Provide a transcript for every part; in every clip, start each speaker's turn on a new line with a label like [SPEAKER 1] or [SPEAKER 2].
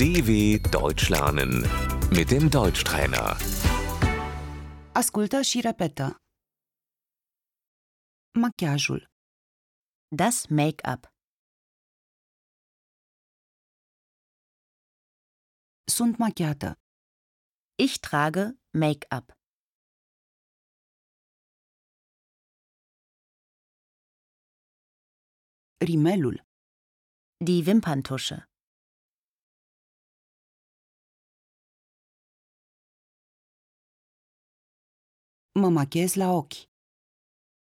[SPEAKER 1] DW Deutsch lernen mit dem Deutschtrainer.
[SPEAKER 2] Ascultă și repetă. Machiajul,
[SPEAKER 3] Das Make-up,
[SPEAKER 2] sunt machiată,
[SPEAKER 3] ich trage Make-up,
[SPEAKER 2] rimelul,
[SPEAKER 3] die Wimperntusche,
[SPEAKER 2] mă machez la ochi,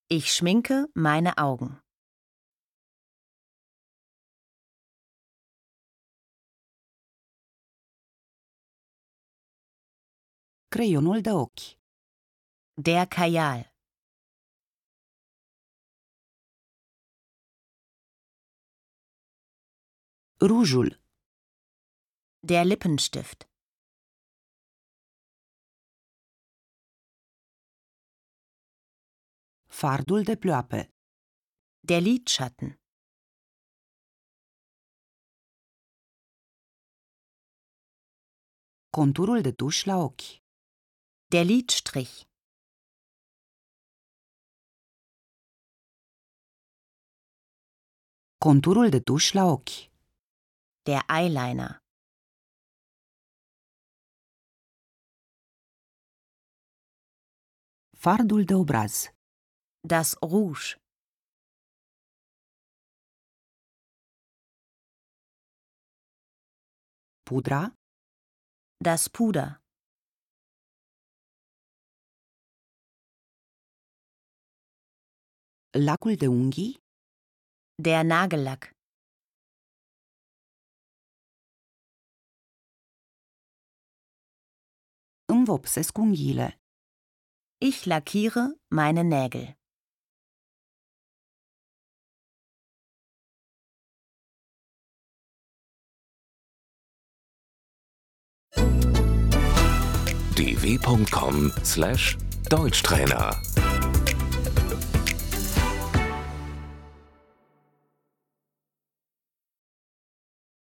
[SPEAKER 3] ich schminke meine Augen,
[SPEAKER 2] creionul de ochi,
[SPEAKER 3] der Kajal,
[SPEAKER 2] rujul,
[SPEAKER 3] der Lippenstift,
[SPEAKER 2] fardul de ploape,
[SPEAKER 3] der Lidschatten,
[SPEAKER 2] conturul de tuș la ochi,
[SPEAKER 3] der Lidstrich,
[SPEAKER 2] conturul de tuș la ochi,
[SPEAKER 3] der Eyeliner,
[SPEAKER 2] fardul de obraz,
[SPEAKER 3] das Rouge,
[SPEAKER 2] pudra,
[SPEAKER 3] das Puder,
[SPEAKER 2] lacul de unghii,
[SPEAKER 3] der Nagellack,
[SPEAKER 2] îmi vopsesc unghiile,
[SPEAKER 3] ich lackiere meine Nägel,
[SPEAKER 1] dw.com/deutschtrainer